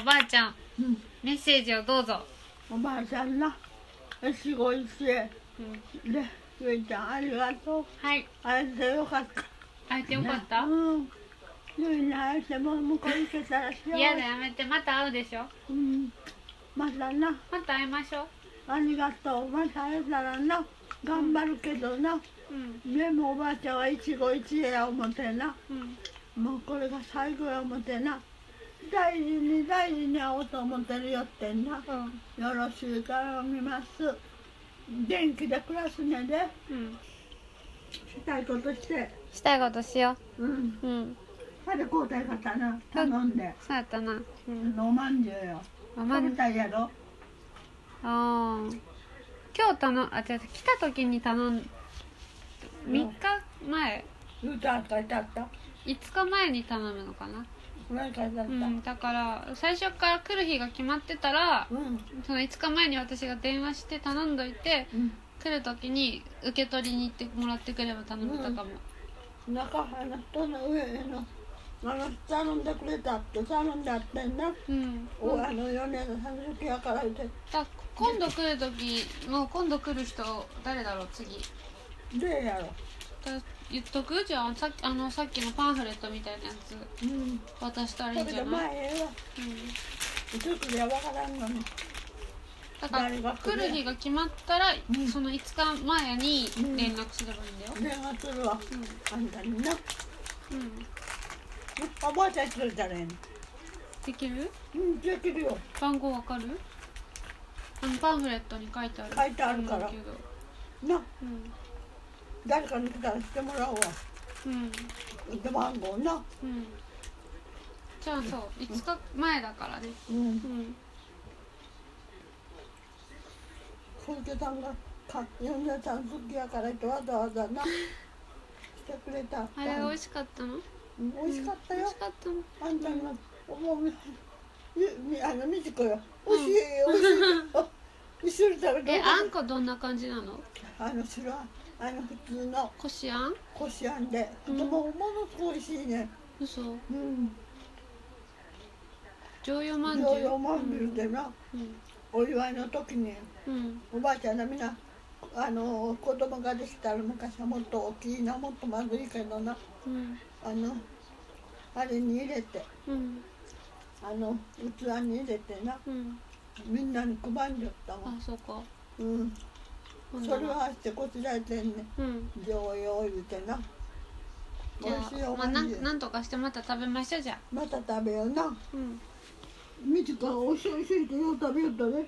おばあちゃんうんメッセージをどうぞ、おばあさんなすごいしねうんゆいちゃんありがとうはい会えてよかった会えてよかったうんゆいに会えても向こう行けたら幸せ嫌だやめてまた会うでしょうんまたなまた会いましょうありがとうまた会えたらな頑張るけどなうんでもおばあちゃんは一期一会や思てなうんもうこれが最後や思てな大事に大事に会おうと思ってるよってんなうんよろしゅう頼みます元気で暮らすねでうんしたいことしてしたいことしようんううんさて交代方な頼んで、そうやったなうんおまんじゅうよおまん食べたいやろあー今日頼あ違う来た時に頼ん3日前言うたら書いてあった5日前に頼むのかなこれ書いてあったううんんだから最初から来る日が決まってたらうん、その5日前に私が電話して頼んどいて来る時に受け取りに行ってもらってくれば頼めたかも、中原の人の上のあの頼んでくれたって頼んであってんな、うんおあの4年の三十やから言うてだ今度来る時の今度来る人誰だろう次でやろだ言っとくじゃあさっきあのさっきのパンフレットみたいなやつうん渡したらいいだんけじゃどない、前ええわうん、作りは分からんのにだから誰が来来るる日が決まったら、うんその5日前に連絡すればいいんだよ、電話するわあんたになうんうん、おばあちゃん作れたらええのできるうんできるよ番号わかるあのパンフレットに書いてある書いてあるからと思うけどなうん誰かに来たらしてもらおうわうんで番号なうんじゃあそう5日前だからねうんうん小池さんがか四年さん好きやからってわざわざなしてくれたあれ美味しかったのうん美味しかった美よ味しかったのあんたの思うみあのみちこよ美味しい美味しいあ一緒に食べえてあんこどんな感じなのあの白あんあの普通のこしあんこしあんで、うんでもものすごい美味しいね。嘘うん。常用まんじゅうヨーヨーマンビルでな、うんお祝いの時にうんおばあちゃんがみんなあの子供ができたら昔はもっと大きいなもっとまずいけどなうんあのあれに入れてうんあの器に入れてなうんみんなに配んじゃったわあ。そうかうん。ほんなそられはしてこちらへてんね。うんヨーヨー言うてな。じ美味ゃしいあおまあまんなじゅんう。なんとかしてまた食べましょうじゃあまた食べような。うんみちかおいしいおいしいってよう食べよったね。